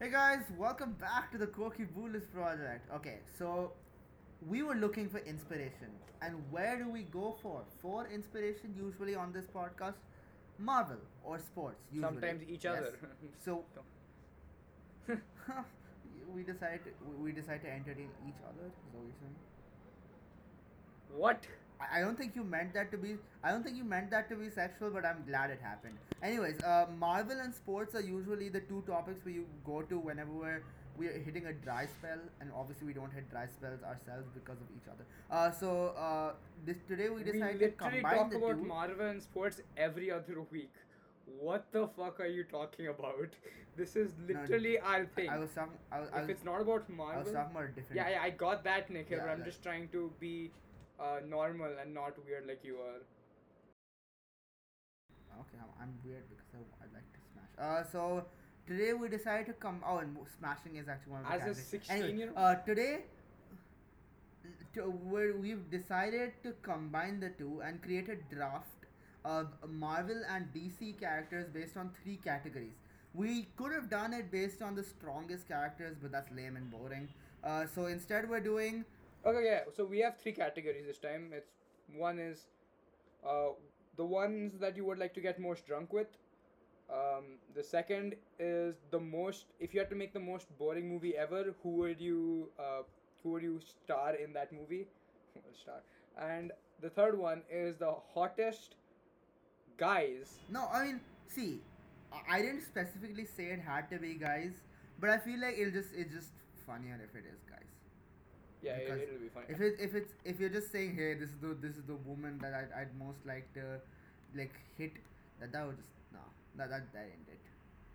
Hey guys, welcome back to the Quirky Boolist Project. Okay, so we were looking for inspiration, and where do we go for? For inspiration, usually on this podcast, Marvel or sports. Usually. Sometimes each other. Yes. So we decide we decide to entertain each other. Is that what you're saying? What? I I don't think you meant that to be. I don't think you meant that to be sexual, but I'm glad it happened. Anyways, uh, Marvel and sports are usually the two topics we go to whenever we're we're hitting a dry spell, and obviously we don't hit dry spells ourselves because of each other. Uh, so uh, this today we We decided literally to combine talk the about two. Marvel and sports every other week. What the fuck are you talking about? This is literally our thing. I was talking. I was, I if was, it's not about Marvel, I was talking about a different. yeah, yeah, I got that, Nikhil. Yeah, but I'm that- just trying to be uh, normal and not weird like you are. Okay, I'm, I'm weird because I, I like to smash. Uh, so today we decided to come. Oh, and mo- smashing is actually one of the As a categories. 16-year-old? uh, today to, we're, we've decided to combine the two and create a draft of Marvel and DC characters based on three categories. We could have done it based on the strongest characters, but that's lame and boring. Uh, so instead, we're doing Okay, yeah. So we have three categories this time. It's one is uh, the ones that you would like to get most drunk with. Um, the second is the most. If you had to make the most boring movie ever, who would you uh, who would you star in that movie? star. And the third one is the hottest guys. No, I mean, see, I I didn't specifically say it had to be guys, but I feel like it'll just it's just funnier if it is guys. Yeah, Because it, it'll be funny. If it if it's if you're just saying hey this is the this is the woman that I'd, I'd most like to like hit that that would just no that that that ain't it.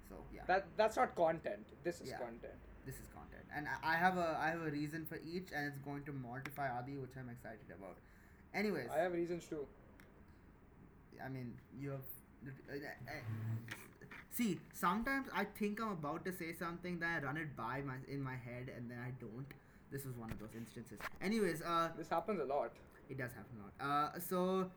So yeah, that that's not content. This is Yeah. content. this is content, and I, I have a I have a reason for each, and it's going to mortify Adi, which I'm excited about. Anyways, I have reasons too. I mean, you have. uh, uh, uh, See, sometimes I think I'm about to say something, then I run it by my in my head, and then I don't. This was one of those instances. Anyways, uh, This happens a lot. it does happen a lot. Uh, so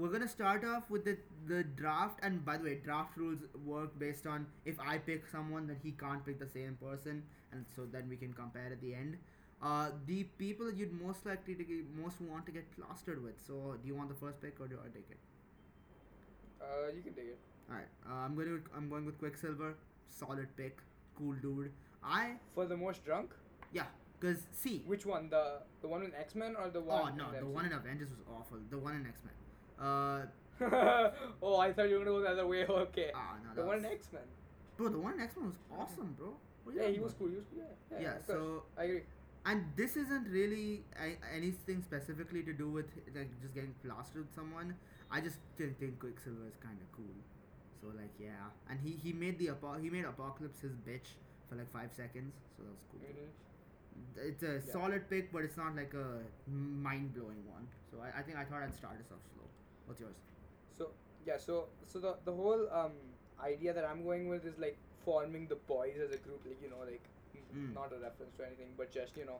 we're gonna start off with the the draft, and by the way, draft rules work based on if I pick someone, then he can't pick the same person, and so then we can compare at the end. Uh, the people you'd most likely to get, most want to get plastered with. So, do you want the first pick or do I take it? Uh, you can take it. Alright, uh, I'm going to I'm going with Quicksilver. Solid pick, cool dude. I For the most drunk. yeah, cause see, Which one? The the one in X Men or the oh one? no, in the MCU? one in Avengers was awful. The one in X Men. Uh, oh, I thought you were gonna go the other way. Okay. Ah, no, the that one in was- X Men. bro, the one in X Men was awesome, bro. What are you Yeah, he talking was about? cool. He was cool. Yeah. Yeah. Oh, Yeah, of course. so- I agree. and this isn't really a- anything specifically to do with like just getting plastered with someone. I just think, think Quicksilver is kind of cool. So like yeah, and he he made the apo- he made Apocalypse his bitch for like five seconds. So that was cool. Mhm. It's a solid pick, but it's not like a mind blowing one. So I, I think I thought I'd start us off slow. What's yours? So yeah, so so the the whole um idea that I'm going with is like forming the boys as a group, like you know, like Mm. not a reference to anything, but just you know,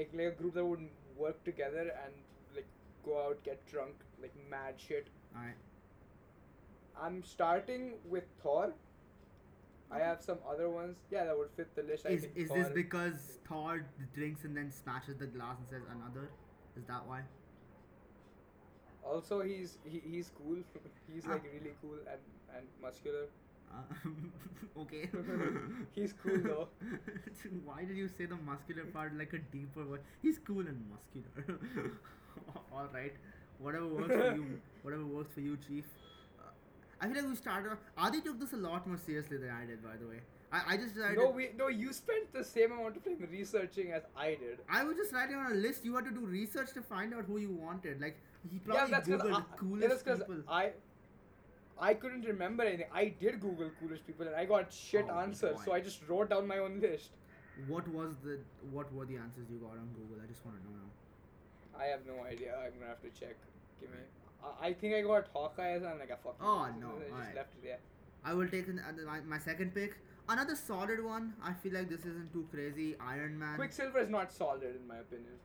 making like a group that would work together and like go out, get drunk, like mad shit, All right. I'm starting with Thor. I have some other ones. Yeah, that would fit the list. I Is, think is Thor. this because Thor drinks and then smashes the glass and says another? Is that why? also he's he, he's cool. he's like Ah. really cool and and muscular. Uh, okay. He's cool though. why did you say the muscular part like a deeper word? He's cool and muscular. All right. Whatever works for you. Whatever works for you, Chief. Uh, I feel like we started. off- Adi took this a lot more seriously than I did, by the way. I, I just decided. No, we no. You spent the same amount of time researching as I did. I was just writing on a list. You had to do research to find out who you wanted. Like he yeah, probably that's because googled I, yeah, that's coolest 'cause people. I I couldn't remember anything. I did Google coolest people and I got shit Oh, good answers. So point. I just wrote down my own list. What was the? What were the answers you got on Google? I just want to know. now. I have no idea. I'm gonna have to check. Give me. I, I think I got Hawkeye and I'm like a fucking. Oh, idiot. no, I just alright. left it there. I will take an, uh, my, my second pick. Another solid one. I feel like this isn't too crazy. Iron Man. Quicksilver is not solid in my opinion.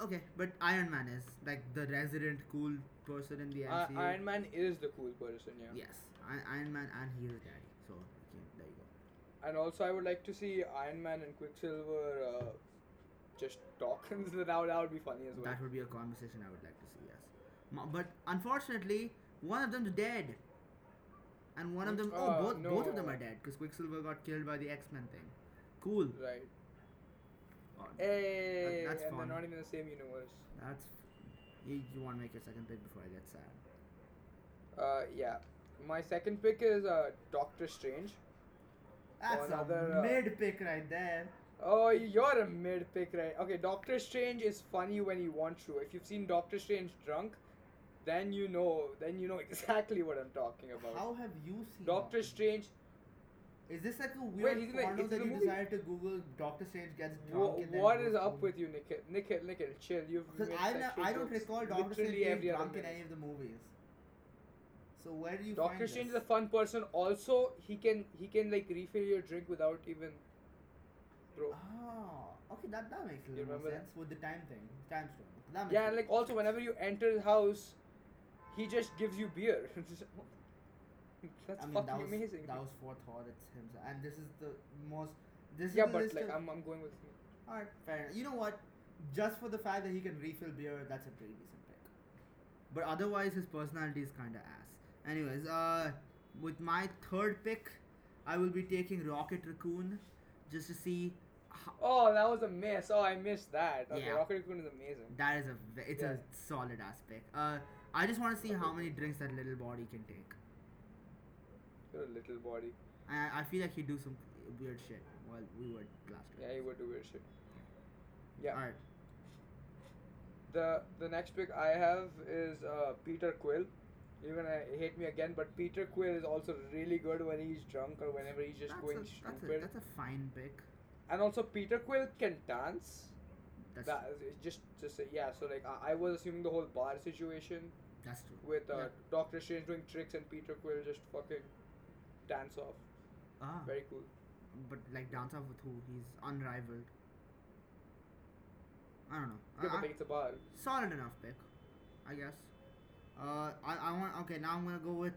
Okay, but Iron Man is like the resident cool person in the I, MCU. Uh, Iron Man is the cool person. Yeah. Yes, I, Iron Man and he is daddy. So okay, there you go. and also I would like to see Iron Man and Quicksilver uh, just talking. that would that would be funny as well. That would be a conversation I would like to see. Yes, M- but unfortunately, one of them's dead, and one of them. Oh, Uh, both both of them no. are dead because Quicksilver got killed by the X Men thing. Cool. Right. Oh, Eh. Hey, that's and fun. they're not even the same universe. That's you, you want to make your second pick before I get sad. Uh, yeah. My second pick is uh, Doctor Strange. That's another, a uh, mid pick right there. Oh, you're a mid pick, right? Okay, Doctor Strange is funny when you want to. If you've seen Doctor Strange drunk, then you know, then you know exactly what I'm talking about. How have you seen Doctor Strange, Is this like a Wait, weird he's in the- porno he's in that the you movie? decided to Google Doctor Strange gets drunk? wha- and then what goes is up home? with you, Nikhil? Nikhil, Nikhil, chill. You've Because made I, sexual ne- I don't jokes recall Doctor Strange literally being every other drunk in minute. any of the movies. So where do you Doctor find Strange is this? a fun person. Also, he can he can like refill your drink without even. Bro. Oh, okay, that, that makes a You little more remember that? sense with the time thing, time stone. That makes Yeah, and sense. like also whenever you enter his house, he just gives you beer. That's I mean, fucking that was, amazing. That was forethought. It's himself, and this is the most. This yeah, is the but list like of- I'm, I'm going with him. Alright, fair enough. You know what? Just for the fact that he can refill beer, that's a pretty decent pick. But otherwise, his personality is kinda ass. Anyways, uh, with my third pick, I will be taking Rocket Raccoon just to see. How, Oh, that was a miss. Oh, I missed that. Okay, Yeah. Rocket Raccoon is amazing. that is a ve- it's a Yeah. solid ass pick. Uh, I just want to see how many drinks that little body can take. You're a little body. I I feel like he'd do some weird shit while we were last week. Yeah, he would do weird shit. Yeah. Alright. The the next pick I have is uh, Peter Quill. You're gonna hate me again, but Peter Quill is also really good when he's drunk or whenever he's just that's going a, that's stupid. a that's a fine pick. and also, Peter Quill can dance. That's That is just just say- yeah. So like I, I was assuming the whole bar situation that's true. with uh, Yeah. Doctor Strange doing tricks and Peter Quill just fucking dance off. Ah. Very cool. But like dance off with who? He's unrivaled. I don't know. I- Yeah, but I- like, it's a bar. solid enough pick, I guess. Uh, I, I want okay. Now I'm gonna go with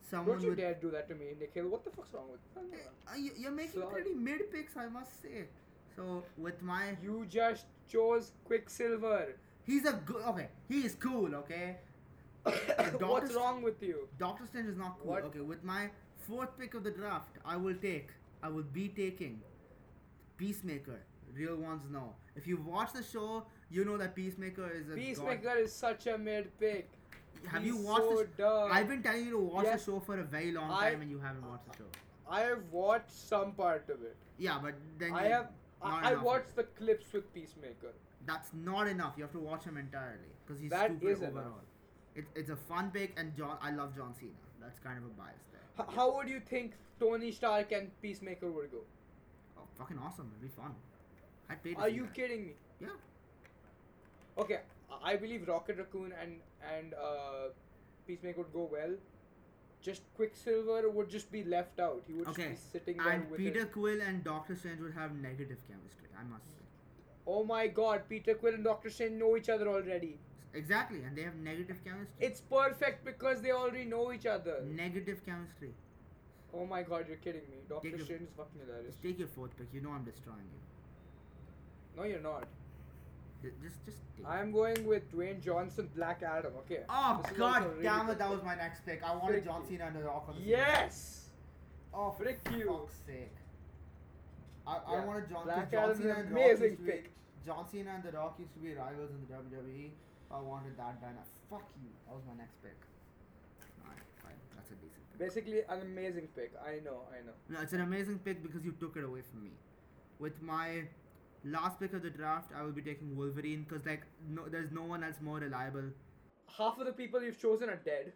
someone Don't you with. dare do that to me, Nikhil. What the fuck's wrong with you? Uh, you, you're making Solid. pretty mid picks, I must say. So with my, You just chose Quicksilver. he's a good. Okay, he is cool. Okay, What's Doctor- wrong with you? Doctor Strange is not cool. What? Okay, with my fourth pick of the draft, I will take, I will be taking Peacemaker. Real ones know. If you watch the show, you know that Peacemaker is a god- Peacemaker is such a mid pick. Have He's you watched? so the sh- dumb. I've been telling you to watch Yes. the show for a very long I- time, and you haven't watched the show. I have watched some part of it. Yeah, but then I you- have. not I, I enough. watched the clips with Peacemaker. That's not enough. You have to watch him entirely because he's That stupid is enough. overall. It, it's a fun pick, and John. I love John Cena. That's kind of a bias there. H- how would you think Tony Stark and Peacemaker would go? Oh, fucking awesome! It'd be fun. I played. Are you kidding me? Yeah. Okay, I- I believe Rocket Raccoon and and uh, Peacemaker would go well. Just Quicksilver would just be left out. He would Okay. just be sitting there And with Peter it. Quill and Doctor Strange would have negative chemistry. I must say. Oh my God, Peter Quill and Doctor Strange know each other already. Exactly, and they have negative chemistry. It's perfect because they already know each other. negative chemistry. Oh my God, you're kidding me. Doctor Take a- Strange is fucking hilarious. Just take your fourth pick. You know I'm destroying you. No, you're not. Ju- Just, just take. it. I'm going with Dwayne Johnson, Black Adam. Okay. Oh This is god also a really damn good it! That pick. was my next pick. I wanted Frick John you. Cena and The Rock on the same Yes. team. Oh, Frick for you. fuck's sake! I, I Yeah, wanted John, 'cause Black John Adam is Cena an and Rock amazing used to be- pick. John Cena and The Rock used to be rivals in the WWE. I wanted that banner. Fuck you! That was my next pick. Alright, fine. That's a decent pick. Basically, an amazing pick. I know, I know. No, it's an amazing pick because you took it away from me. With my last pick of the draft, I will be taking Wolverine because like no, there's no one else more reliable. Half of the people you've chosen are dead.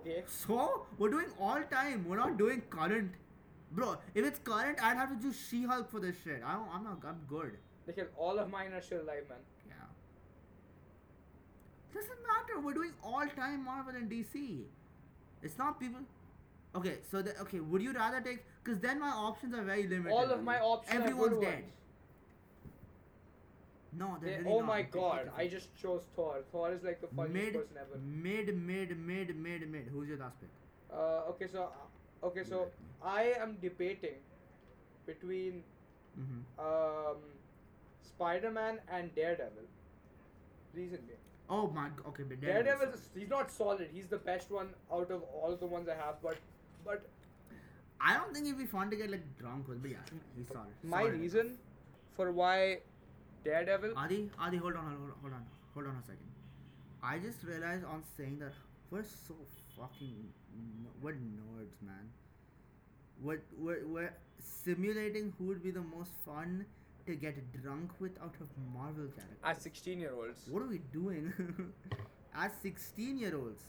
Okay. So we're doing all time. We're not doing current, bro. If it's current, I'd have to choose She-Hulk for this shit. I don't, I'm not. I'm good. Nikhil, all of mine are still alive, man. Yeah. Doesn't matter. We're doing all time Marvel and DC. It's not people. Okay, so the, okay, would you rather take? Because then my options are very limited. All of my options are Everyone's good dead. ones. No, they're They- really oh not. my They- they god, just- I just chose Thor. Thor is like the funniest mid, person ever. mid, mid, mid, mid, mid. Who's your last pick? Uh, okay, so uh, Okay, so I am debating between Mm-hmm. um, Spider Man and Daredevil. Reason being, Oh my. g- Okay, but Daredevil Daredevil. is, he's not solid. He's the best one out of all the ones I have. But but I don't think it'd be fun to get like drunk with, but yeah, he's solid. my Solid. reason for why Daredevil. Adi, Adi, hold on, hold on, hold on, hold on a second. I just realized on saying that we're so fucking n- we're nerds, man. We're, we're, we're simulating who would be the most fun to get drunk with out of Marvel characters. as 16 year olds. What are we doing? As 16 year olds,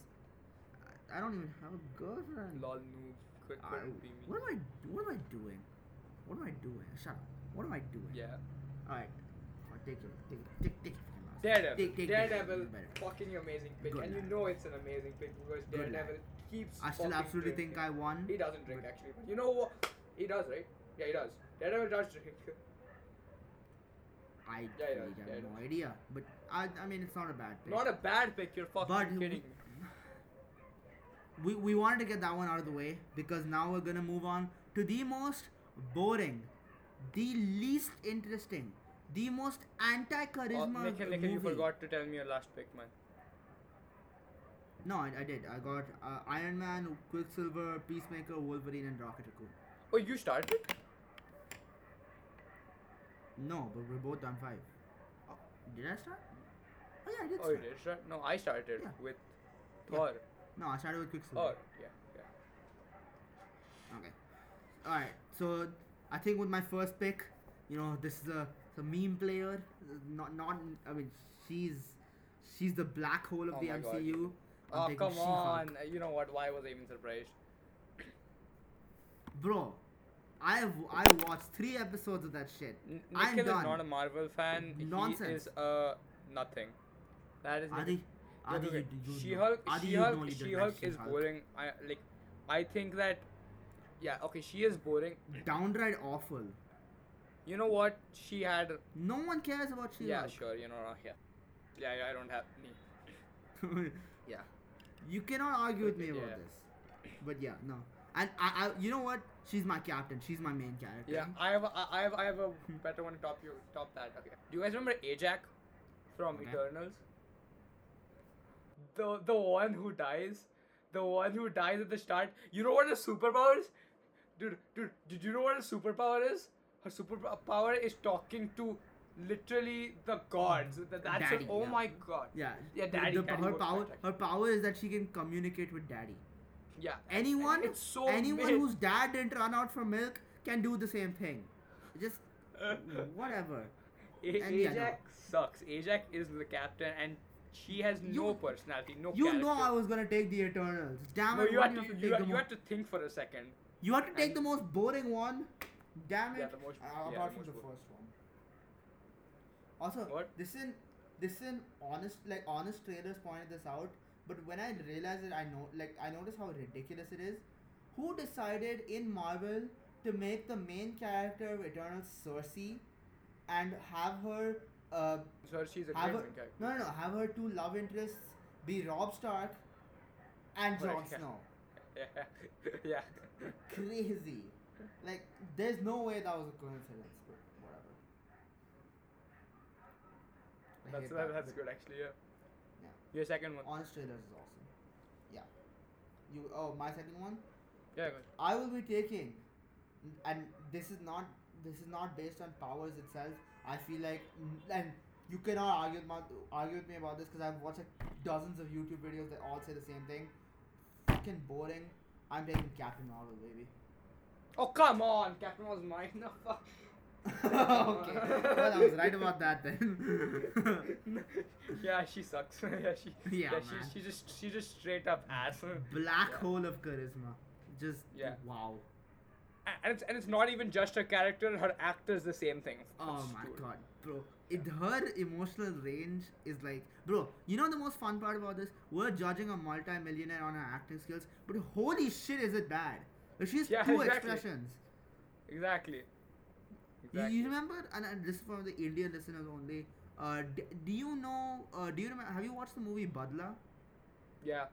I, I don't even have a girlfriend. Lol noob. Quick, I, quick, be me. what am I? What am I doing? What am I doing? Shut up. What am I doing? Yeah. All right. I'll take it. Take it. Take, take it. fucking mouse. Daredevil. Take- take this. Daredevil, Better. fucking amazing pick, Good and you lad. know it's an amazing pick because Good lad. Daredevil keeps. I still fucking absolutely drinking. think I won. He doesn't drink but- actually, but you know what? He does, right? Yeah, he does. Daredevil does drink. I Yeah, yeah, really yeah, have yeah. no idea. But I, I mean, it's not a bad pick. Not a bad pick. You're fucking But- kidding. me. we, we wanted to get that one out of the way because now we're gonna move on to the most boring, the least interesting, the most Oh, anti-charisma Nikhil, Nikhil, movie. you forgot to tell me your last pick, man. No, I, I did. I got uh, Iron Man, Quicksilver, Peacemaker, Wolverine, and Rocket Raccoon. Oh, you started? No, but we're both on five. Oh, did I start? Oh yeah, I did. Oh, you start. did start? No, I started Yeah. with Yeah. Thor. No, I started with Quicksilver. Thor. Yeah, yeah. Okay. All right. So I think with my first pick, you know, this is a, a meme player. Not not. I mean, she's she's the black hole of Oh the my God. MCU. I'm Oh, taking come She-Hulk. on. Uh, You know what? Why was I even surprised? bro. I have I watched three episodes of that shit. N- I'm Nikhil done. is not a Marvel fan. Nonsense. He is uh, nothing. That is. Adi, Look, Adi, look, you, look. you She-Hulk, know. Adi, you know She-Hulk, you don't She-Hulk like is She-Hulk. boring. I like. I think that. Yeah. Okay. She is boring. Downright awful. You know what? She had. No one cares about She-Hulk. yeah. Sure. You know. uh, Yeah. Yeah. yeah, I don't have. Me. Yeah. You cannot argue with me Okay, about yeah. this. But yeah, no. And I, I, you know what? She's my captain. She's my main character. Yeah. I have. A, I have. I have a better one. to Top you. Top that. Okay. Do you guys remember Ajax from Okay. Eternals? The the one who dies, the one who dies at the start. You know what her superpower is, dude. Dude, did you know what her superpower is? Her superpower is talking to literally the gods. That, that's her, Daddy, oh yeah. my god. Yeah. Yeah, the- daddy. the- daddy her works power, better. her power is that she can communicate with daddy. Yeah. Anyone, It's so anyone mid. whose dad didn't run out for milk can do the same thing. Just whatever. A- And yeah, no. Ajax sucks. Ajax is the captain, and she has no You- personality, no You character. know I was gonna take the Eternals. Damn No, it! you why had do to, you have to you, take had- the you mo- had to think for a second. you have to take and- the most boring one. Damn it! Yeah, the most- Uh, yeah, the apart from most the boring. first one. Also, What? this in this in honest like honest trailers pointed this out, but when I realized it, I know like I noticed how ridiculous it is. Who decided in Marvel to make the main character of Eternals Cersei, and have her uh, So she's a have great her, main character. no no no have her two love interests be Rob Stark and Right, Jon yeah. Snow? yeah. Crazy, like there's no way that was a coincidence, but whatever. I That's, hate that, that, that's but- good, actually, yeah. Yeah. Oh. Your second one. Honest trailers is awesome. Yeah. You oh my second one. Yeah, go ahead. I will be taking, and this is not this is not based on powers itself. I feel like and you cannot argue with my, argue with me about this because I've watched like dozens of YouTube videos that all say the same thing. Fucking boring. I'm taking Captain Marvel, baby. Oh, come on! Captain was mine. No, fuck. okay. Well, I was right about that then. yeah, she sucks. yeah, she, Yeah, man. she, she just she just straight up ass. Black Yeah. hole of charisma. Just Yeah. wow. And it's, and it's not even just her character, her actor's the same thing. Oh my Dude. god, bro! It, her emotional range is like, bro. You know the most fun part about this? We're judging a multi-millionaire on her acting skills, but holy shit, is it bad? Like, She has Yeah, two exactly. expressions. Exactly. You- Exactly. You, remember? And, and this is for the Indian listeners only. Uh, d- do you know? Uh, do you remember? Have you watched the movie Badla? yeah.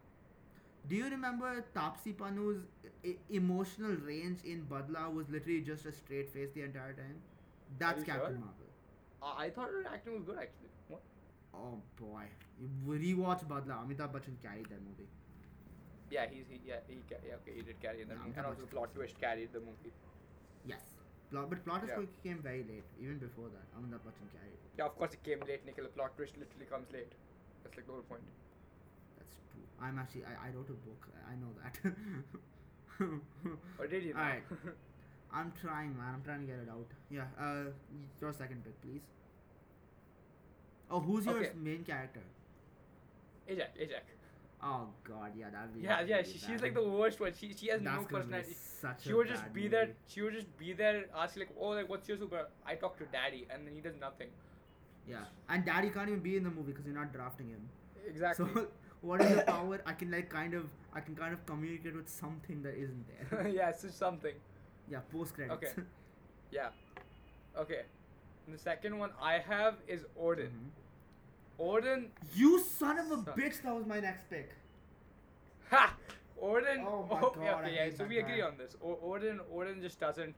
Do you remember Tapsi Panu's e- emotional range in Badla was literally just a straight face the entire time? That's you Captain sure? Marvel. Uh, I I thought her acting was good actually. What? Oh boy. Rewatch Badla. Amitabh Bachchan carried that movie. Yeah, he's he yeah he ca- yeah okay he did carry the Yeah, movie, Amitabh and also Bachchan. plot twist carried the movie. Yes. Plot, but Plot is Yeah. Quick came very late, even before that. Amitabh Bachchan carried it. Yeah, of course it came late. Nicola plot twist literally comes late. That's like the whole point. That's true. I'm actually, I, I wrote a book. I, I know that. Or did you? Alright. I'm trying, man. I'm trying to get it out. Yeah, uh, your second pick, please. Oh, who's your Okay. main character? Ajak, Ajak. Oh god, yeah, that'd be Yeah, that'd yeah, be she, bad. she's like the worst one. She she has That's no gonna be personality. Such She a would just bad be movie. there. She would just be there, ask like, oh, like what's your super? I talk to daddy, and then he does nothing. Yeah, and Daddy can't even be in the movie because you're not drafting him. Exactly. So, what is the power? I can like kind of, I can kind of communicate with something that isn't there. yeah, it's just something. yeah, post credits. Okay. Yeah. Okay. And the second one I have is Odin. Odin. Mm-hmm. You son of a Son. bitch! That was my next pick. Ha! Odin. Oh my yeah, God, I okay, yeah. hate So that we agree guy. on this. O- Odin. Odin just doesn't.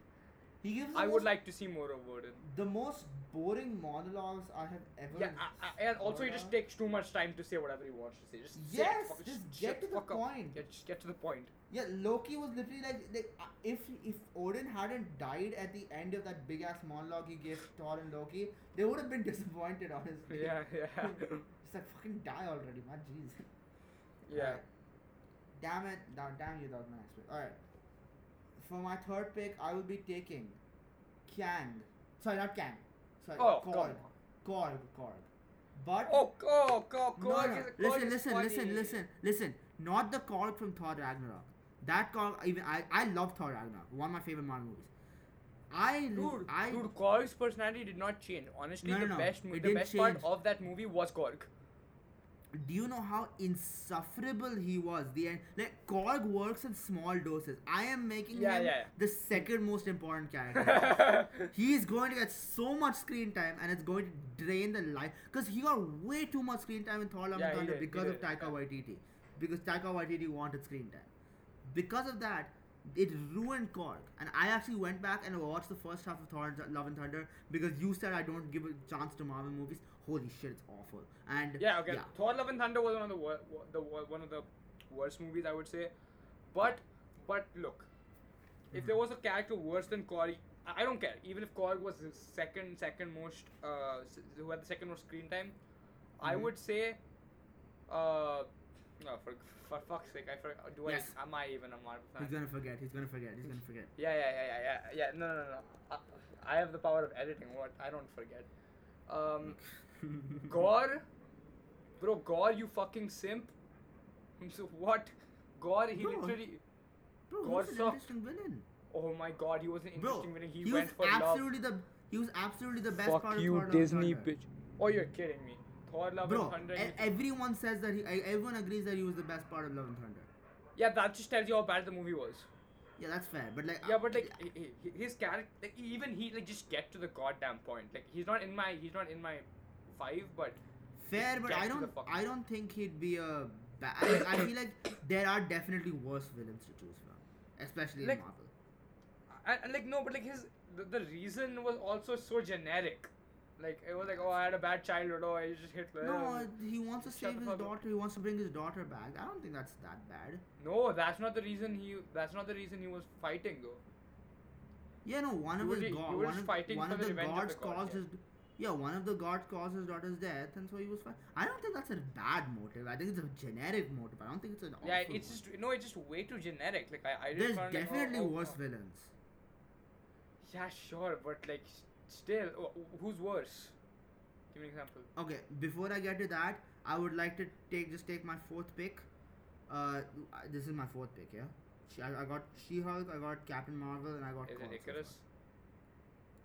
He gives. The I would most- like to see more of Odin. the most boring monologues I have ever. Yeah, I, I, and also he just heard. takes too much time to say whatever he wants to say. Just say it, Yes, fuck- just shut get to the fuck up. point. Yeah, just get to the point. Yeah, Loki was literally like, like uh, if if Odin hadn't died at the end of that big ass monologue he gave Thor and Loki, they would have been disappointed, honestly. Yeah, yeah, Oh, It's like fucking die already, man. Jeez. yeah. Alright. Damn it! Now, damn you, dog. Nice. All right. For my third pick, I will be taking Kang. Sorry, not Kang. Sorry, Oh, come Korg. on. Korg. Korg. But Oh, oh, oh, No, no, Listen, listen, listen, listen, listen. Not the call from Thor Ragnarok. That call, even I, I love Thor Ragnarok. One of my favorite Marvel movies. I, Dude, I, dude, Gorg's personality did not change. Honestly, No, no, the no, best, it mo- the didn't best part change. of that movie was Gorg. do you know how insufferable he was? The end, like Korg works in small doses. I am making Yeah, him yeah, yeah. the second most important character. yeah, he is going to get so much screen time, and it's going to drain the life because he got way too much screen time in Thor: Love Yeah, and he Thunder did, he because of did, Taika yeah. Waititi, because Taika Waititi wanted screen time. Because of that, it ruined Korg, and I actually went back and watched the first half of Thor: Love and Thunder because you said I don't give a chance to Marvel movies. Holy shit, it's awful. And okay. Thor: Love and Thunder was one of the, wor- wo- the wor- one of the worst movies I would say. But, but look, if there was a character worse than Corey, I- I don't care. Even if Korg was the second, second most, uh, s- who had the second most screen time, I would say, uh, no, for, for fuck's sake, I for, do Yes. I am I even a Marvel fan? he's gonna forget. He's gonna forget. He's gonna forget. Yeah, yeah, yeah, yeah, yeah, yeah. No, no, no. I, I have the power of editing. What? I don't forget. Um, Gore, bro, Gore, you fucking simp. So what? Gore, he Bro. literally. Bro, God who's an sucked. interesting villain? Oh my god, he was an Bro, interesting villain. He, was went for absolutely the he was absolutely the best love. part Fuck of you, Thor: Love and Disney Thunder. bitch. Oh, you're kidding me. Thor, Love and Bro, Thunder. e- he- everyone says that he, e- everyone agrees that he was the best part of Love and Thunder. yeah, that just tells you how bad the movie was. Yeah, that's fair. But like, Yeah, uh, but like he- he- his character, like even he, like just get to the goddamn point. Like he's not in my, he's not in my five, but fair. But get I to the don't, fucking- I don't think he'd be a bad. I, mean, I feel like there are definitely worse villains to choose from, especially Like- in Marvel. and, and like no, but like his the, the reason was also so generic. Like it was like oh I had a bad childhood oh I just Hitler. No, he wants to shut save the his fuck up. daughter. He wants to bring his daughter back. I don't think that's that bad. no, that's not the reason he. That's not the reason he was fighting though. Yeah, no, one of He was his ju- god, he was one just of, fighting one for of the the revenge of gods the god, caused yeah. his, yeah, one of the gods caused his daughter's death, and so he was. Fi- I don't think that's a bad motive. I think it's a generic motive. I don't think it's an. yeah, awful it's one. just no, it's just way too generic. Like I, I just There's found, like, oh, definitely oh, worse oh. villains. Yeah, sure, but like s- still, oh, who's worse? Give me an example. Okay, before I get to that, I would like to take just take my fourth pick. Uh, I- this is my fourth pick. Yeah, she, I, I got She-Hulk, I got Captain Marvel, and I got. Is Korg it so Icarus? far.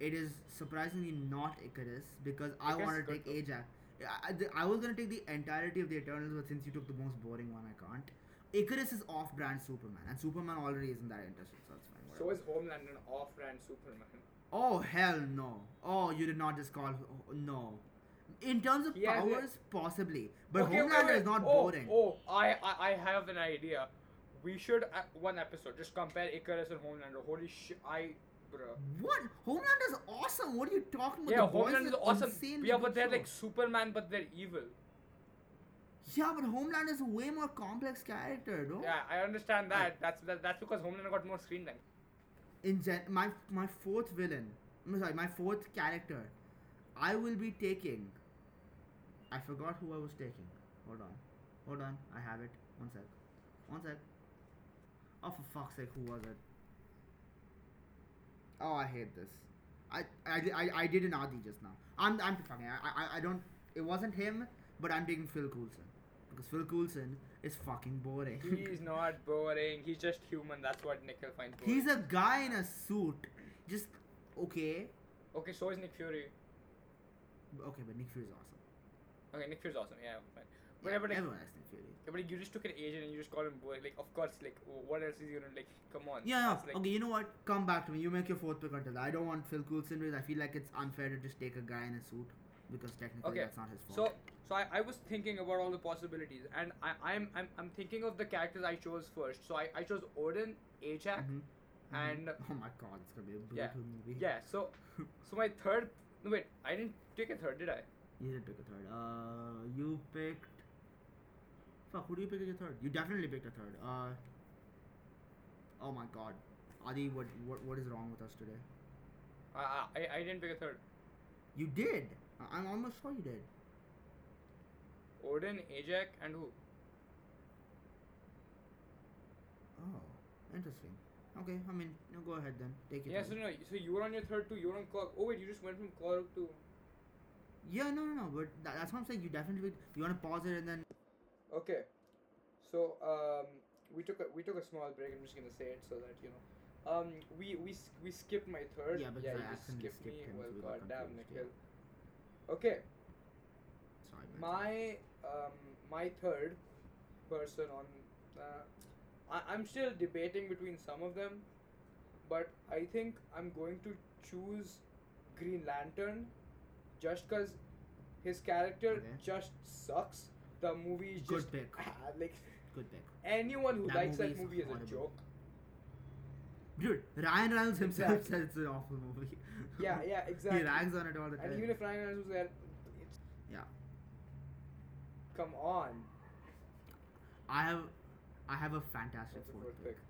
It is surprisingly not Icarus because I Icarus wanted is to good take Ajax. I, I, the- I was gonna take the entirety of the Eternals, but since you took the most boring one, I can't. Icarus is off-brand Superman, and Superman already isn't that interesting, so it's fine. So whatever. is Homeland an off-brand Superman? Oh hell no! Oh, you did not just call oh, no. In terms of He has a- powers, possibly, but Okay, wait, Homelander wait. is not oh, boring. Oh, I, I, I have an idea. we should uh, one episode just compare Icarus and Homelander. Holy shit, I bro. What? Homeland is awesome. What are you talking about? Yeah, The boys Homeland is are awesome. insanely Yeah, good but they're show. like Superman, but they're evil. Yeah, but Homeland is a way more complex character, though. Yeah, I understand that. That's that, that's because Homelander got more screen time. in gen- my my fourth villain I'm sorry my fourth character i will be taking i forgot who i was taking hold on hold on i have it one sec one sec oh for fuck's sake who was it oh i hate this i i, di- I, I did an adi just now i'm i'm fucking I, I i don't it wasn't him but i'm taking phil coulson because phil coulson is fucking boring He's not boring. He's just human. That's what Nickel finds boring. He's a guy in a suit. Just okay, okay. So is Nick Fury. okay, but Nick Fury's awesome. Okay, Nick Fury's awesome. Yeah, fine. But Yeah, yeah, but like, everyone likes Nick Fury. yeah, but like, you just took an agent and you just called him boy. Like, of course, like, w- what else is he gonna like? Come on. Yeah, That's, yeah. like, okay. You know what? Come back to me. You make your fourth pick until that. I don't want Phil Coulson because I feel like it's unfair to just take a guy in a suit because technically Okay, that's not his So, fault. so I, I was thinking about all the possibilities, and I, I'm, I'm, I'm thinking of the characters I chose first. So I, I chose Odin, Ajax, Mhm. and oh my god, it's gonna be a brutal Yeah. movie. yeah. So, so my third. No, wait, I didn't take a third, did I? You did pick a third. Uh, you picked. Fuck. Who do you pick as your third? You definitely picked a third. Uh. Oh my god, Adi, what what what is wrong with us today? I, I- I, I didn't pick a third. You did. I- I'm almost sure you did. Odin, Ajax, and who? Oh, interesting. Okay, I mean, no, go ahead then. Take it. Yeah. So no, so you were on your third too. You were on Clock. Oh wait, you just went from Clock to. yeah, no, no, no. But tha- that's what I'm saying. You definitely you want to pause it and then. Okay. So um, we took a, we took a small break. I'm just gonna say it so that you know. Um, we we s- we skipped my third. Yeah, because I you just accidentally skipped skipped me. him, so we Well, got goddamn, confused, Nikhil. Okay, Sorry, man. my um my third person on. Uh, I I'm still debating between some of them, but I think I'm going to choose Green Lantern, just cause his character Okay. just sucks. The movie is Good just pick. like Good pick, anyone who That likes movie that is movie is a horrible. joke. dude. Ryan Reynolds himself Exactly. said it's an awful movie. Yeah, yeah, exactly. he rags on it all the time. and even if Ryan Reynolds was there, it's yeah, come on. I have, I have a fantastic That's a fourth fourth pick. pick.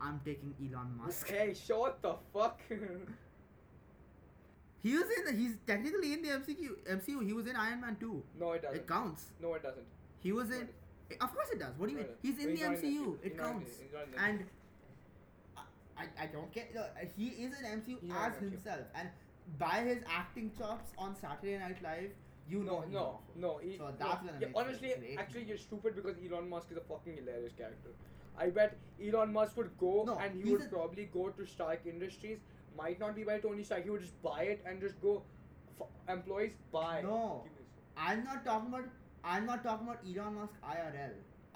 I'm taking Elon Musk. Hey, shut the fuck. He was in. The, he's technically in the MCU. MCU. He was in Iron Man 2. no, it It doesn't. counts. No, it doesn't. He was No, in. it- Of course it does. What do you no, mean? it He's in the doesn't. No, MCU. he's It not in the- counts. he's not in the- and I, I don't get no, he is an MCU He's not as an MCU. himself and by his acting chops on Saturday Night Live you know no, he's no, awful. no. He, so no. that's gonna yeah, make honestly, it great. actually, you're stupid because Elon Musk is a fucking hilarious character. I bet Elon Musk would go No, and he he's would a- probably go to Stark Industries. Might not be by Tony Stark. He would just buy it and just go. F- employees buy. No. Give me- I'm not talking about I'm not talking about Elon Musk IRL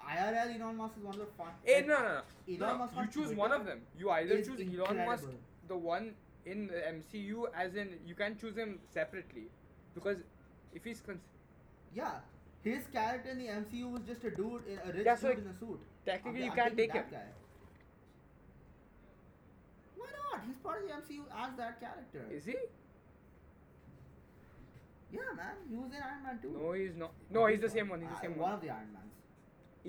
IRL Elon Musk is one of the fun like, Hey, Eh, no, no, no. Elon no. Musk you on choose Twitter one of them. You either is choose Elon Musk, incredible. the one in the MCU, as in you can choose him separately, because if he's cons- yeah his character in the MCU was just a dude in a rich That's dude like- in a suit technically I'm- you I'm can't taking take him. that guy. why not he's part of the MCU as that character Is he? yeah man he was in Iron Man 2 No, he's not. No, he's the same one. He's the Uh, same One one. of the Iron Mans.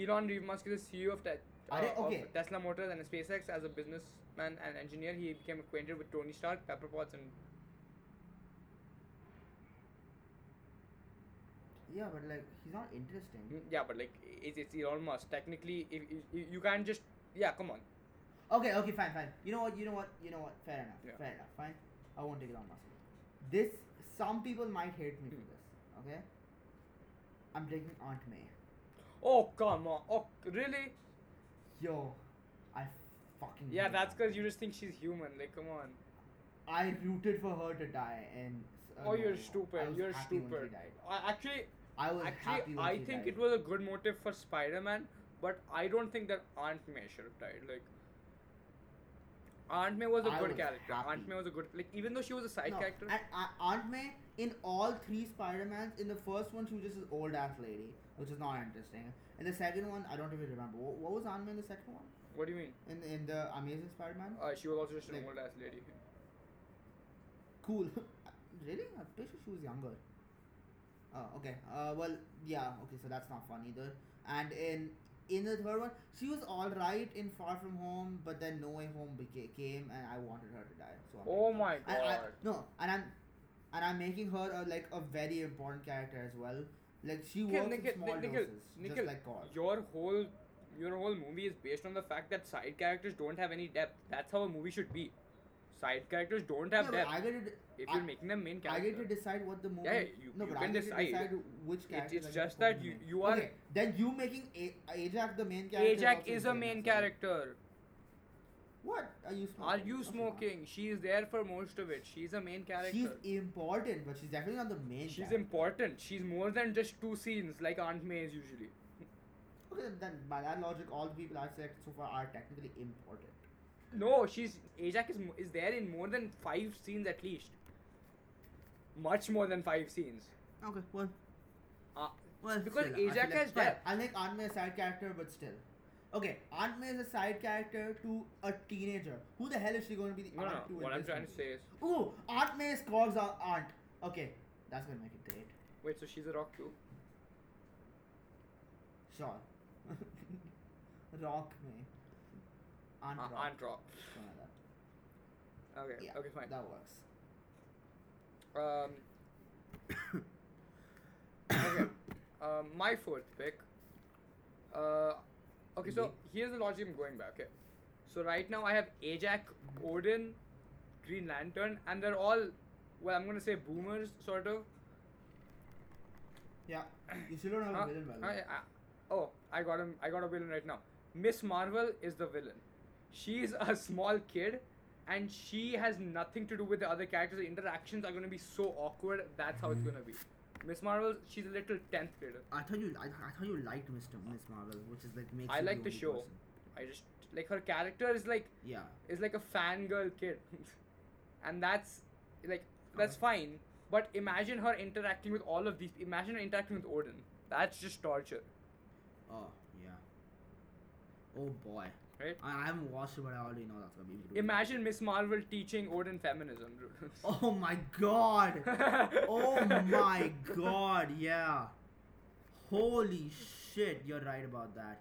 Elon Reeve Musk is the CEO of, te- uh, Are they- okay. of Tesla Motors and SpaceX. As a businessman and engineer, he became acquainted with Tony Stark, Pepper Potts, and Yeah, but like he's not interesting. Mm, yeah, but like it's, it's Elon Musk. Technically, if, if you- you can't just yeah, come on. Okay, okay, fine, fine. You know what? You know what? You know what? Fair enough. Mm. Yeah. Fair enough. Fine. I won't take it on myself. This some people might hate me for Hmm. this. Okay. I'm taking Aunt May. Oh come on. Oh really? Mm-hmm. Yo, I fucking Yeah, hate that's her. because you just think she's human. Like, come on. I rooted for her to die, and uh, no, Oh, no, you're no. I stupid. was You're happy when she stupid. died. I, actually, I was happy actually, when I she think died. it was a good motive for Spider-Man, but I don't think that Aunt May should have died. Like, Aunt May was a I good was character. Aunt happy. May was a good like, even though she was a side No, character. And uh, Aunt May in all three Spider Mans, in the first one she was just an old ass lady, which is not interesting. In the second one, I don't even remember. What, what was Aunt May in the second one? What do you mean? In in the Amazing Spider-Man? Uh, she was also just an Like- old ass lady. cool. really? I'm pretty sure she was younger. Oh, okay. Uh, well, yeah. Okay, so that's not fun either. And in in the third one, she was all right in Far From Home, but then No Way Home beca- came, and I wanted her to die. So I'm Oh like, my I, I, god. no, and I'm and I'm making her a, like a very important character as well. Like she Nikhil, works Nikhil, in small Nikhil, doses, Nikhil, just like God. Your whole your whole movie is based on the fact that side characters don't have any depth. That's how a movie should be. Side characters don't have No, but depth. I get to, if I- you're making them main I get to characters. decide what the movie. Yeah, yeah, you- no, you but can I get decide. to decide which character. it's just that you- you are- Okay, then you making A- Ajax the main character. Ajax also is a insane, main so- character. What are you smoking? Are you Okay, fine. smoking? She is there for most of it. She's a main character. She's important, but she's definitely not the main. She's character. important. She's more than just two scenes like Aunt May is usually. okay, then- then by that logic, all the people I've selected so far are technically important. No, she's Ajax is mo- is there in more than five scenes at least. Much more than five scenes. Okay, well, Uh, Well, Because still, I feel Ajak like- has fine, depth. I think Aunt May is a side character, but still. Okay, Aunt May is a side character to a teenager. Who the hell is she going to be the No, no. aunt to? in What I'm this trying to movie? say is, Ooh, Aunt May is Korg's au- aunt. Okay, that's gonna make it great. wait. So she's a rock too. Sure. Rock May. Aunt Uh, Rock. Aunt Rock. something like that. Okay. Yeah, okay. Fine. That works. Um. okay. Um, my fourth pick. Uh, okay. So Mhm. here's the logic I'm going by. Okay. So right now I have Ajax, Odin, Green Lantern, and they're all, well, I'm gonna say boomers sort of. Yeah. You still don't have Huh? a villain, by the Huh? way. Uh, oh, I got him. I got a villain right now. Miss Marvel is the villain. She's a small kid, and she has nothing to do with the other characters. The interactions are going to be so awkward. That's how it's going to be. Miss Marvel, she's a little tenth grader. I thought you I, I thought you liked Mr. Miss Marvel, which is like makes I you like the only show. person. I just like her character is like Yeah. is like a fangirl kid, and that's like that's fine. But imagine her interacting with all of these. Imagine her interacting with Odin. That's just torture, Oh yeah. Oh boy. right? I, I haven't watched it, but I already know that's gonna be. brutal. Imagine Miss Marvel teaching Odin feminism, dude. Oh my god. oh my god. Yeah. Holy shit. You're right about that.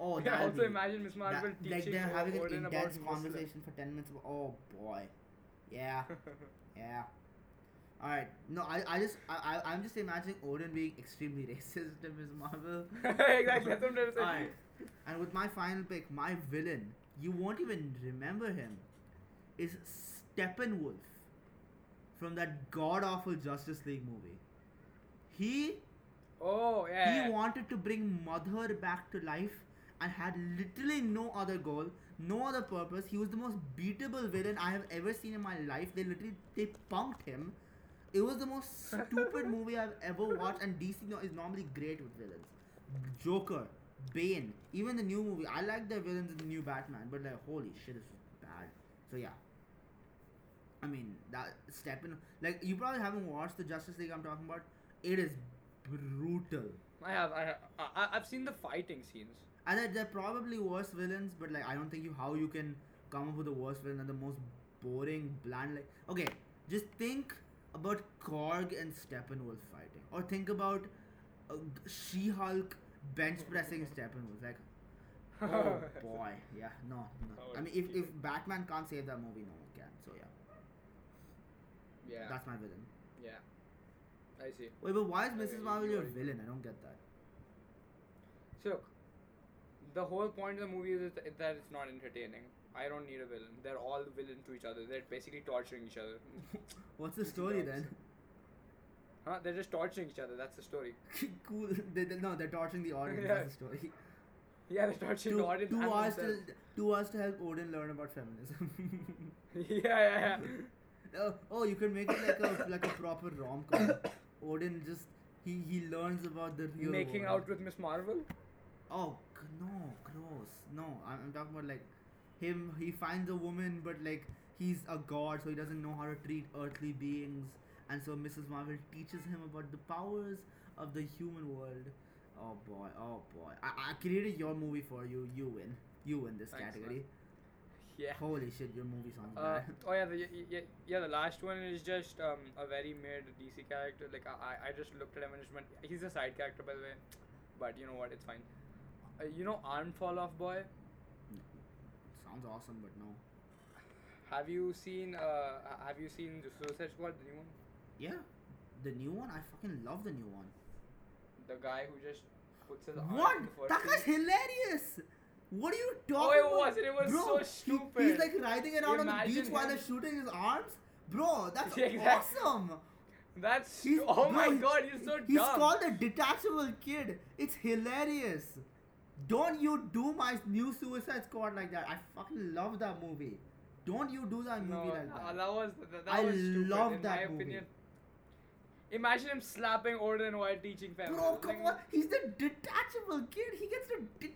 Oh, yeah, that'll also be- imagine Miss that- Marvel like teaching they're having an Odin about intense Muslim. conversation for ten minutes. About, oh boy. Yeah. Yeah. All right. No, I, I just I, I I'm just imagining Odin being extremely racist to Ms. Marvel. exactly, that's what I'm trying to say. All right. And with my final pick, my villain, you won't even remember him, is Steppenwolf from that god awful Justice League movie. He Oh yeah. he wanted to bring mother back to life and had literally no other goal, no other purpose. He was the most beatable villain I have ever seen in my life. They literally they punked him. It was the most stupid movie I've ever watched, and DC no- is normally great with villains. Joker, Bane, even the new movie. I like the villains in the new Batman, but like holy shit, this is bad. So yeah. I mean that Steppen like you probably haven't watched the Justice League I'm talking about. It is brutal. I have I have I, I- I've seen the fighting scenes. And there- there are probably worse villains, but like I don't think you how you can come up with a worse villain than the most boring, bland. Like okay, just think about Korg and Steppenwolf fighting, or think about uh, She-Hulk bench pressing Steppenwolf. Like, oh boy, yeah, no, How no. I would mean, if you if feel? Batman can't save that movie, no one can. So yeah, Yeah. that's my villain. yeah. I see. Wait, but why is Okay, Mrs. you Marvel your already- villain? I don't get that. So look, the whole point of the movie is that that it's not entertaining. I don't need a villain. They're all villain to each other. They're basically torturing each other. What's the It's story dogs. then? huh? They're just torturing each other. That's the story. cool. They, they, no, they're torturing the audience. Yeah. That's the story. Yeah, they're torturing two, the audience. two and hours to themselves. two hours to help Odin learn about feminism. yeah, yeah, yeah. oh, oh, you can make it like a like a proper rom com. Odin just he he learns about the real Making world. out with Miss Marvel. Oh g- no, gross. No, I'm, I'm talking about like him. He finds a woman, but like he's a god, so he doesn't know how to treat earthly beings, and so Mrs. Marvel teaches him about the powers of the human world, Oh boy, oh boy. I, I created your movie for you. You win. You win this Thanks, man. category. Yeah. Holy shit, your movie sounds Uh, bad. oh yeah, the, y- y- y- yeah. The last one is just um, a very mid DC character. Like I, I- I just looked at him and just went, he's a side character by the way, but you know what? It's fine. Uh, you know, Arm Fall Off Boy. sounds awesome, but no. Have you seen? Uh, ha- have you seen the Suicide Squad? The new one, Yeah, the new one. I fucking love the new one. the guy who just puts his arm. What? in the first Taka's place? hilarious. What are you talking Oh, it about? was. It was Bro, so he- stupid. he's like riding around on the Imagine beach while him- they're shooting his arms. Bro, that's Yeah, exactly. awesome. That's He's, oh bro, my he- god, he's so He's dumb. called a detachable kid. It's hilarious. Don't you do my new Suicide Squad like that. I fucking love that movie. Don't you do that no, movie like uh, that. that was that, that I was stupid, love in that my movie. opinion. Imagine him slapping Odin while teaching feminism. Bro, come Like, on. He's the detachable kid. He gets to detach.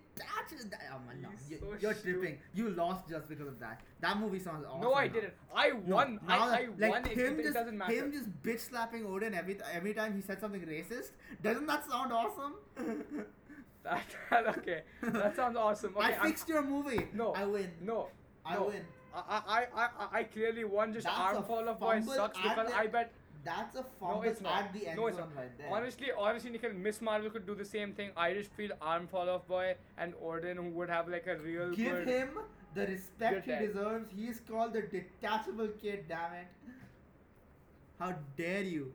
Oh man, no. He's You, so you're stupid. tripping. You lost just because of that. That movie sounds awesome. No, I now. didn't. I No, won. I, now I that- won. It, him it just, doesn't matter. Him just bitch slapping Odin every t- every time he said something racist. Doesn't that sound awesome? that, okay, that sounds awesome. Okay, I I'm- fixed your movie. No, I win. No, I no. win. I, I, I, I- I clearly won. Just That's a arm fall of boy fumble sucks and because a- I bet. That's a No, fumble it's not. at the end no, it's zone not. right there. Honestly, honestly, Nikhil, Miss Marvel could do the same thing. I just feel arm fall off boy and Odin who would have like a real give good. him the respect You're he dead. deserves. He is called the detachable kid. Damn it! How dare you?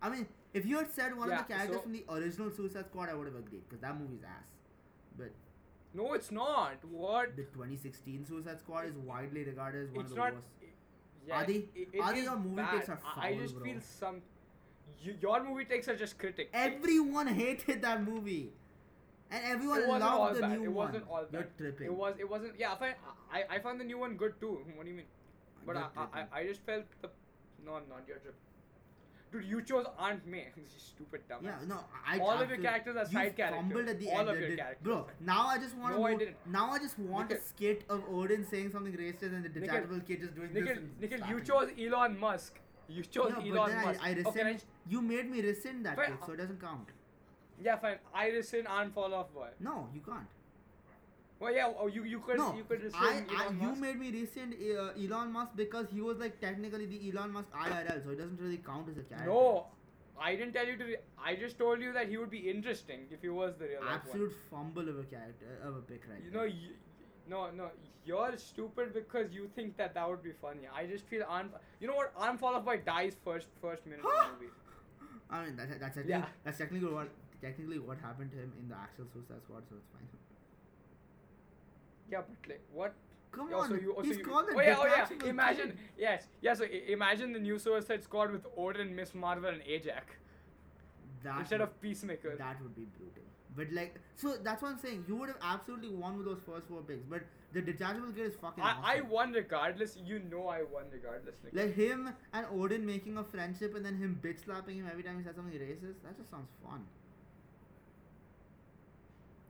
I mean, if you had said one Yeah, of the characters so- from the original Suicide Squad, I would have agreed because that movie's ass. But No, it's not. What? the 2016 Suicide Squad is widely regarded as one it's of the not. worst. Yeah, Adi- it- it Adi, is your movie bad. takes are I, I foul, just bro. feel some. Y- your movie takes are just critic. Everyone hated that movie, and everyone it wasn't all loved the bad. new it one. wasn't all bad. You're tripping. It was. It wasn't. Yeah, I find, I, I found the new one good too. What do you mean? But I, You're I, tripping. I just felt the. No, I'm not your trip. Dude, you chose Aunt May. You stupid dumbass. Yeah, no, I All of your absolute- characters are you side characters. fumbled at the All end. of I your did- characters Bro, are side- now I just want No, I to. didn't. Now I just want a Nikhil. skit of Odin saying something racist and the Nikhil. detachable kid just doing this. Nikhil, and Nikhil, you slapping. chose Elon Musk. You chose Yeah, but Elon then Musk. I, I rescind. okay, I just- you made me rescind that Fine, kid, so it doesn't count. yeah, fine. I rescind Aunt Fall Off Boy. No, you can't. Well, yeah. Oh, you you could no, you could rescind I, I, Elon you Musk. made me rescind uh, Elon Musk because he was like technically the Elon Musk IRL, so it doesn't really count as a character. No, I didn't tell you to. Re- I just told you that he would be interesting if he was the real life one. Absolute fumble of a character, of a pick right You there. know, you, no, no, you're stupid because you think that that would be funny. I just feel Arm. You know what? Arm Fall Off Boy dies first first minute of Huh? the movie. I mean, that's that's technically, Yeah. that's technically what technically what happened to him in the actual Suicide Squad, so it's fine. Yeah, but like what? Come Yeah, on, so you, oh, so he's you, called a oh yeah, oh detachable yeah. kid. Imagine, yes, yeah. So I- imagine the new Suicide Squad with Odin, Miss Marvel, and Ajax that instead would, of Peacemaker. that would be brutal. But like, so that's what I'm saying. You would have absolutely won with those first four picks, but the detachable kid is fucking. I, I awesome. won regardless. You know I won regardless. Like, like him and Odin making a friendship and then him bitch slapping him every time he says something racist. That just sounds fun.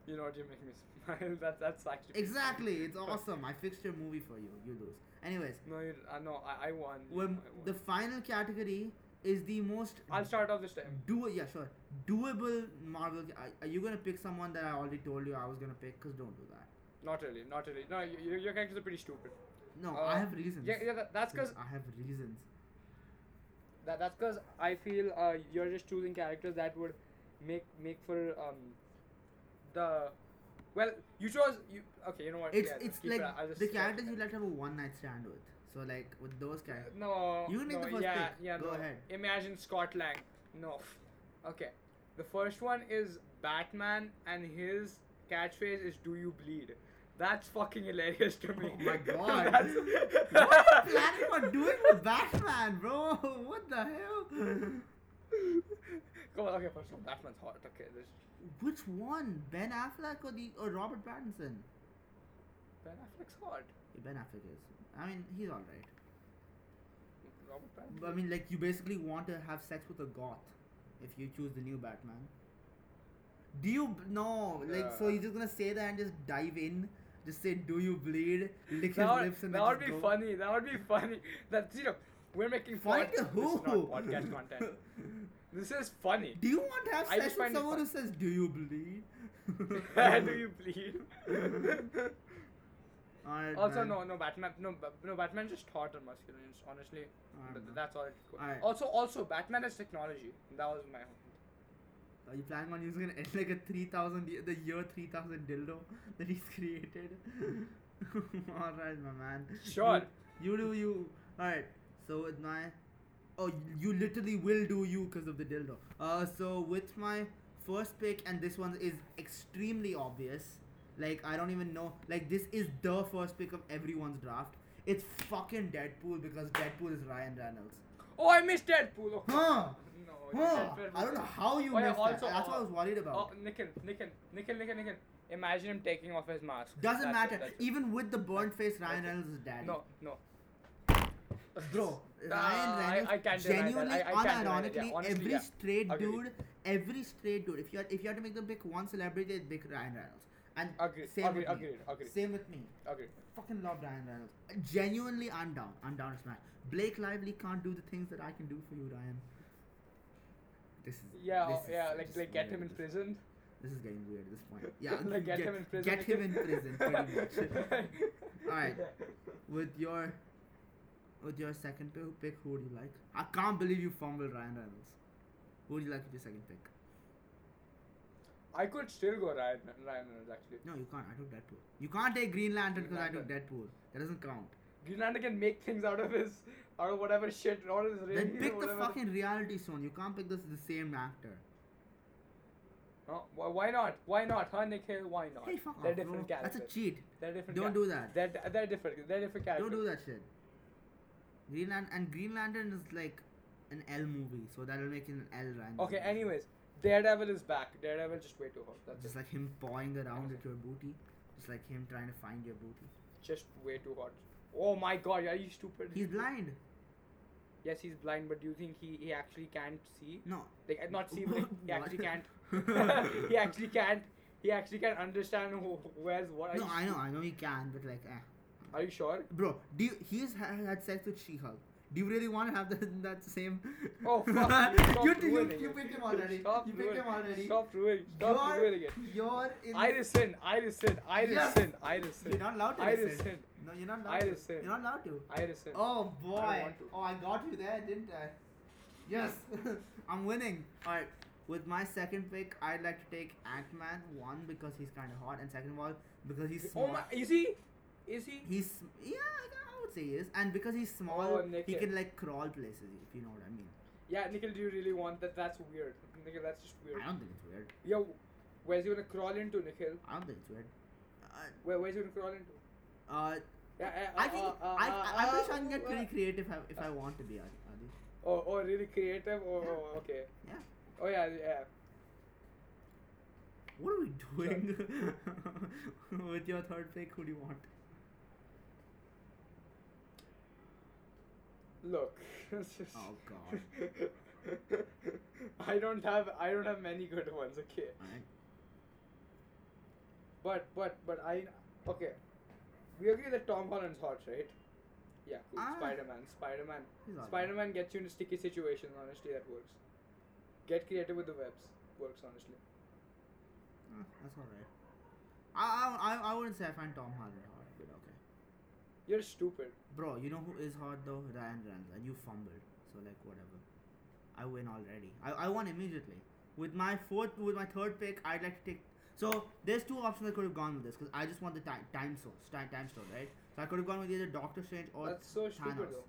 you know what? You make me smile. that that's actually Exactly, it's awesome. I fixed your movie for you. You lose. Anyways, No, you, uh, no, I, I won. You when know I won. the final category is the most I'll start off this time. Do yeah, sure. Doable Marvel. Are, are you gonna pick someone that I already told you I was gonna pick? Cause don't do that. Not really, not really. No, you, you- your characters are pretty stupid. No, Uh, I have reasons. Yeah, yeah. That, that's because I have reasons. that, that's because I feel uh, you're just choosing characters that would make make for um the well you chose you okay you know what It's yeah, it's keep it, Uh, like I'll just the start characters with you that. like to have a one night stand with. So like with those characters. no You can make no, the first yeah, pick. yeah Go no. ahead. imagine Scott Lang no okay the first one is Batman and his catchphrase is do you bleed that's fucking hilarious to me Oh my God. That's- what planet for doing with Batman, bro? What the hell? Come on, okay, first of all, Batman's hot. Okay, this Which one? Ben Affleck or the or Robert Pattinson? Ben Affleck's hot. Yeah, Ben Affleck is. I mean, he's all right. Robert Pattinson. I mean, like you basically want to have sex with a goth if you choose the new Batman. Do you b- no like so? Yeah. You're just gonna say that and just dive in. Just say, "Do you bleed?" Lick his That would, lips and that then would just be go. funny. That would be funny. That you know, We're making fun. Find who? This is not podcast content. This is funny. Do you want to have I sex just with find it someone who fun. says, "Do you bleed?" Do you bleed? Alright, also, man. no, no Batman, no, Ba- no Batman just hot on masculine. Honestly, Alright, But man. that's all. It could. Alright. Also, also Batman has technology. That was my. Are you planning on using it like a 3000 y- the year 3000 dildo that he's created? All right, my man. Sure. You, you do you. All right. So with my Oh, you literally will do you because of the dildo. Uh so with my first pick and this one is extremely obvious. Like I don't even know. Like this is the first pick of everyone's draft. It's fucking Deadpool because Deadpool is Ryan Reynolds. Oh, I missed Deadpool. Oh. Huh? No, Huh? Deadpool- I don't know how you Oh, yeah, missed also, that. That's uh, what I was worried about. Oh, Nikhil, Nikhil, Nikhil, Nikhil, Nikhil. Imagine him taking off his mask. Doesn't That's it, matter. that's it. Even with the burnt face, Ryan That's it. Reynolds is daddy. No, no. Bro, Ryan Ah, I- Reynolds I can't deny that. genuinely, I- I can't deny that. Yeah, unironically, honestly, every yeah. straight Agreed. dude, every straight dude. If you had, if you had to make them pick one celebrity, they'd pick Ryan Reynolds. And Agreed, same agreed, with me. agreed, agreed. Same with me. Okay. Fucking love Ryan Reynolds. Genuinely, I'm down. I'm down to smash. Blake Lively can't do the things that I can do for you, Ryan. This is Yeah, this oh, is yeah. just Like, like, get weird. him in prison. This is getting weird at this point. Yeah, like, get, him in prison. Get him in prison, pretty much. Alright. Alright. with your with your second pick, pick who do you like? I can't believe you fumbled Ryan Reynolds. Who do you like with your second pick? I could still go Ryan, Ryan Reynolds actually. No, you can't. I took Deadpool. You can't take Green Lantern because I Green took Deadpool. That doesn't count. Green Lantern can make things out of his, out of whatever shit, out of his Then radio, pick the whatever. fucking reality zone. You can't pick this the same actor. No, wh- why not? Why not? Huh, Nikhil? Why not? Hey, fuck they're off, bro. different characters. That's a cheat. They're different. Don't do that. They're d- they're different. They're different characters. Don't do that shit. Green Lantern and Green Lantern is like an L movie, so that'll make it an L Ryan. Okay. Reynolds. Anyways, Daredevil is back. Daredevil just way too hot. That's Just it. like him pawing around at your booty, just like him trying to find your booty. Just way too hot. Oh my God! Are you stupid? He's blind. Yes, he's blind. But do you think he, he actually can't see? No, Like uh, not see, but like, he What? actually can't. he actually can't. He actually can't understand who, where's what. Are No, you I know, stu- I know he can, but like, eh. Are you sure? bro, do you, he's ha- had sex with She-Hulk. Do you really want to have that, that same? Oh fuck! Stop you, you, ruining you it. picked him already. Stop you picked ruining- him already. Stop ruining. Stop you're, ruining it. You're in. I rescind. I rescind. I Yes. rescind. I rescind. You're not allowed to. I listen. rescind. No, you're not allowed. I to. rescind. You're not allowed to. I rescind. Oh boy! want to. Oh, I got you there, didn't I? Yes, I'm winning. All right, with my second pick, I'd like to take Ant-Man one because he's kind of hot, and second of all because he's Oh small. my! Is he? Is he? He's yeah, I I would say he is, and because he's small, Oh, he naked. can like crawl places if you know what I mean. Yeah, Nikhil, do you really want that? That's weird. Nikhil, that's just weird. I don't think it's weird. Yo, where's he gonna crawl into, Nikhil? I don't think it's weird. Where, where's he gonna crawl into? Uh, uh, Yeah, uh, I think uh, uh, I, uh, I, I wish uh, I can get uh, pretty creative if I, if I want to be. Adi. Adi. Oh, oh, really creative. Oh, Yeah. oh, okay. Yeah. Oh yeah, yeah. What are we doing with your third pick? Who do you want? Look. it's just- Oh God! I don't have I don't have many good ones. Okay. Alright. But but but I okay. We agree that Tom Holland's hot, right? Yeah, cool. Ah. Spider Man, Spider Man. He's alright. Spider Man gets you in a sticky situation, honestly, that works. Get creative with the webs. Works honestly. Uh, that's alright. I, I I I wouldn't say I find Tom Holland hot, but okay. You're stupid. Bro, you know who is hot though? Ryan Reynolds, and you fumbled. So like whatever. I win already. I, I won immediately. With my fourth, with my third pick, I'd like to take. So there's two options I could have gone with this because I just want the time time source, time time stone, right? So I could have gone with either Doctor Strange or That's so stupid Thanos. though.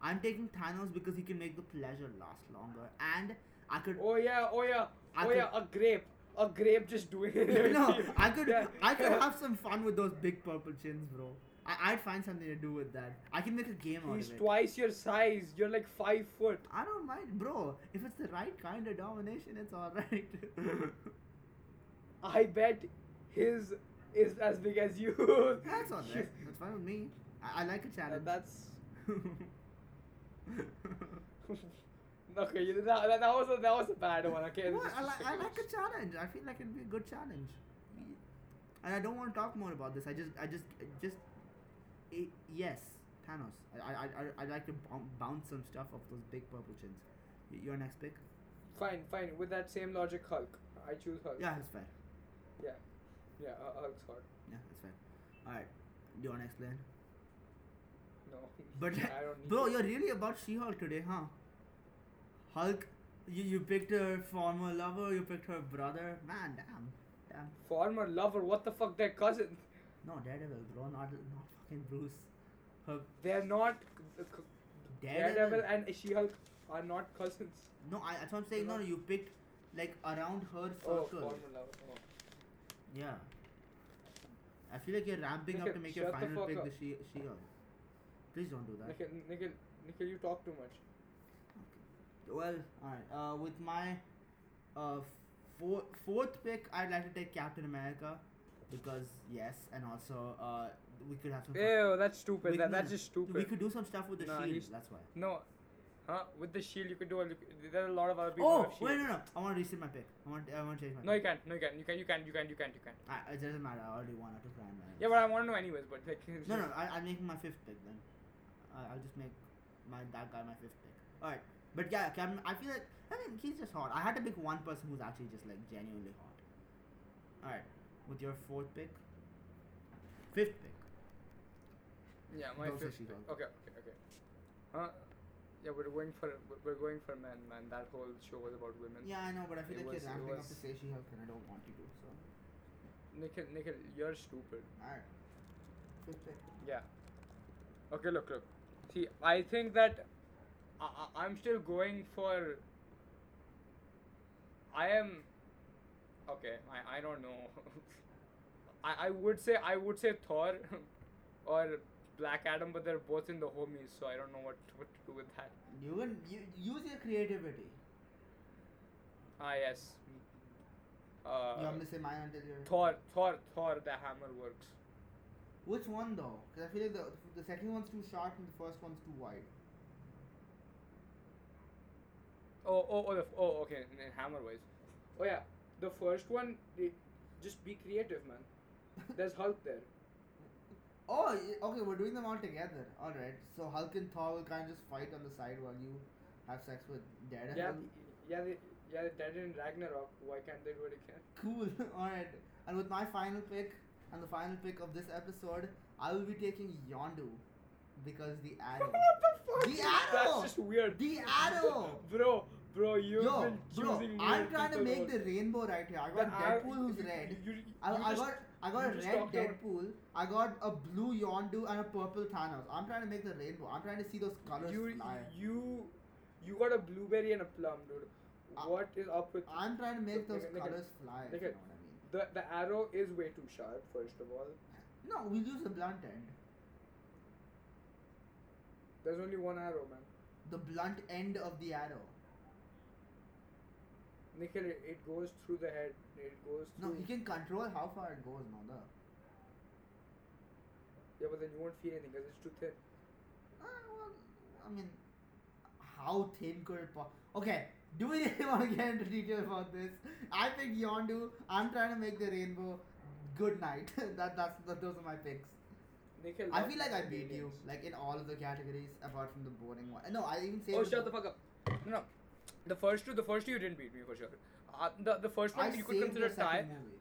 I'm taking Thanos because he can make the pleasure last longer, and I could. Oh yeah, oh yeah, I oh could- yeah, a grape. A grape just doing it. no, I could Yeah. I could have some fun with those big purple chins, bro. I, I'd find something to do with that. I can make a game out He's of it. twice your size. You're like five foot. I don't mind, bro. If it's the right kind of domination, it's alright. I bet his is as big as you. That's alright. That's fine with me. I, I like a Uh, challenge. That's okay. you- That, that, that was a, that was a bad one. Okay. What? This I, is like I like ridiculous. a challenge. I feel like it'd be a good challenge. And I don't want to talk more about this. I just, I just, I just, i yes. Thanos. I I I I'd like to boun- bounce some stuff off those big purple chins. Y- Your next pick? Fine, fine. With that same logic, Hulk. I choose Hulk. Yeah, that's fair. Yeah. Yeah, uh, Hulk's hot. Yeah, that's fair. All right, your next plan. No. But I don't need bro, it. you're really about She-Hulk today, huh? Hulk, you you picked her former lover, you picked her brother. Man, damn, damn. Former lover, what the fuck? They're cousins. No, Daredevil, bro, not not fucking Bruce. Her They're not. c- c- Daredevil. Daredevil and She Hulk are not cousins. No, I, that's what I'm saying. No, no, you picked like around her Oh, circle. former lover. Oh. Yeah. I feel like you're ramping up Nikhil, to make your shut the final fuck pick up. the she she hulk Please don't do that. Nikhil, Nikhil, Nikhil, you talk too much. Well, alright. Uh, with my uh four, fourth pick, I'd like to take Captain America because yes, and also uh we could have some. Ew, that's stupid. we- that, no, that's no, just stupid. We could do some stuff with the Nah, shield. he's- That's why. No. Huh? With the shield, you could do a. There are a lot of other people. who Oh have shield. wait, no, no. I want to reset my pick. I want. I want to change my. No, you pick. can't. No, you can't. You can. You can. You can. You can. You can. I, it doesn't matter. I already won. I took Ryan. Yeah, but I want to know anyways. But like. No, no, I, I'll make my fifth pick then. I, I'll just make my that guy my fifth pick. All right, but yeah, Captain, I feel like I mean he's just hot. I had to pick one person who's actually just like genuinely hot. All right, with your fourth pick, fifth pick. Yeah, my Those are fifth. She-Hulk. pick. Okay. Okay. Okay. Huh? Yeah, we're going for we're- we're going for men, man. That whole show was about women. Yeah, I know, but I feel It like was- it you're ramping up was- to say she hulk and I don't want you to. So, Nikhil, Nikhil, you're stupid. all right, fifth pick. Yeah. Okay, look, look. See, I think that I, I, I'm still going for. I am. Okay, I, I don't know. I, I would say I would say Thor or Black Adam, but they're both in the homies, so I don't know what, what to do with that. You can you, use your creativity. Ah yes. Uh, you want me to say mine until you're. Thor, Thor, Thor, the hammer works. Which one though? Because I feel like the the second one's too short and the first one's too wide. Oh, oh, oh, the, f- oh okay, in, in hammer wise. Oh yeah, the first one, it, just be creative, man. There's Hulk there. Oh, y- okay, we're doing them all together. Alright, so Hulk and Thor will kind of just fight on the side while you have sex with Daredevil. Yeah, yeah, they, yeah, they did it in Ragnarok. Why can't they do it again? Cool, alright. And with my final pick, and the final pick of this episode, I will be taking Yondu. Because the arrow. what The arrow! That's just weird. The arrow! bro, bro, you've Yo, been bro, choosing I'm weird trying to people make over- the rainbow right here. I The got arrow- Deadpool who's you- red. you- you- I, you I just- got I got you a just red talked about- Deadpool. I got a blue Yondu and a purple Thanos. I'm trying to make the rainbow. I'm trying to see those colors you, fly. you, you got a blueberry and a plum, dude. Ah. I- What is up with I'm trying to make Look, those look at- look at- colors fly. if look you at- know what I mean. the the arrow is way too sharp. First of all, No, we use the blunt end. there's only one arrow, man. The blunt end of the arrow. Nikhil, it, it goes through the head. It goes No, through. he can control how far it goes, no the Yeah, but then you won't feel anything because it's too thin. Ah, well, I mean how thin could it po- Okay, do we really want to get into detail about this? I think Yondu, I'm trying to make the rainbow. Good night. that that's that, those are my picks. Nikhil, I that's feel like I the beat you, aliens. like in all of the categories apart from the boring one. No, I even saved Oh, shut the fuck up. No, no. The first two, the first two, you didn't beat me for sure. Uh, the the first one I you could saved consider the second tie. movie.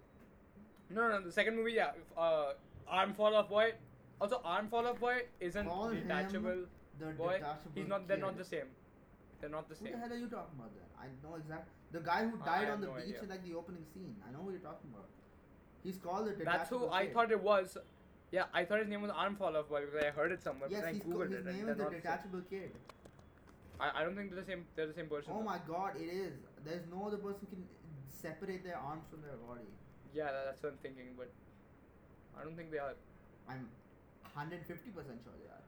No, no, no. The second movie, yeah. if, Uh, Arm Fall Off Boy. Also, Arm Fall Off Boy isn't Call him detachable. the boy, detachable he's not. They're not kid. the same. They're not the Who the same. hell are you talking about then? I know exact the guy who I died have on the no beach idea. in like the opening scene. I know who you're talking about. He's called the That's detachable who I kid. thought it was. Yeah, I thought his name was Arm Fall Off Boy because I heard it somewhere. Yes, but then he's I co- googled his it. name and is they're the not the same. detachable kid. I, I don't think they're the same. They're the same person. Oh though. my god, it is. There's no other person who can separate their arms from their body. Yeah, tha- that's what I'm thinking, but I don't think they are. I'm 150% sure they are.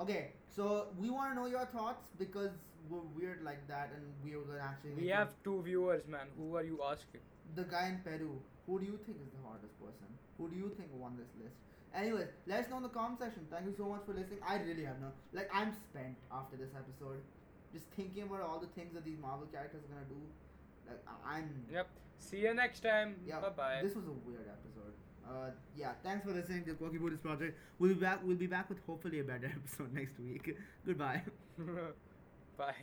Okay, so we want to know your thoughts because we're weird like that and we are gonna actually. We make have two viewers, man. Who are you asking? the guy in Peru. Who do you think is the hardest person? Who do you think won this list? Anyways, let us know in the comment section. Thank you so much for listening. I really have no like I'm spent after this episode, just thinking about all the things that these Marvel characters are gonna do. Like I- I'm Yep. See you next time. yeah. Bye bye. This was a weird episode. Uh, Uh, yeah, thanks for listening to Quirky Buddhist Project. We'll be back. We'll be back with hopefully a better episode next week. Goodbye. Bye.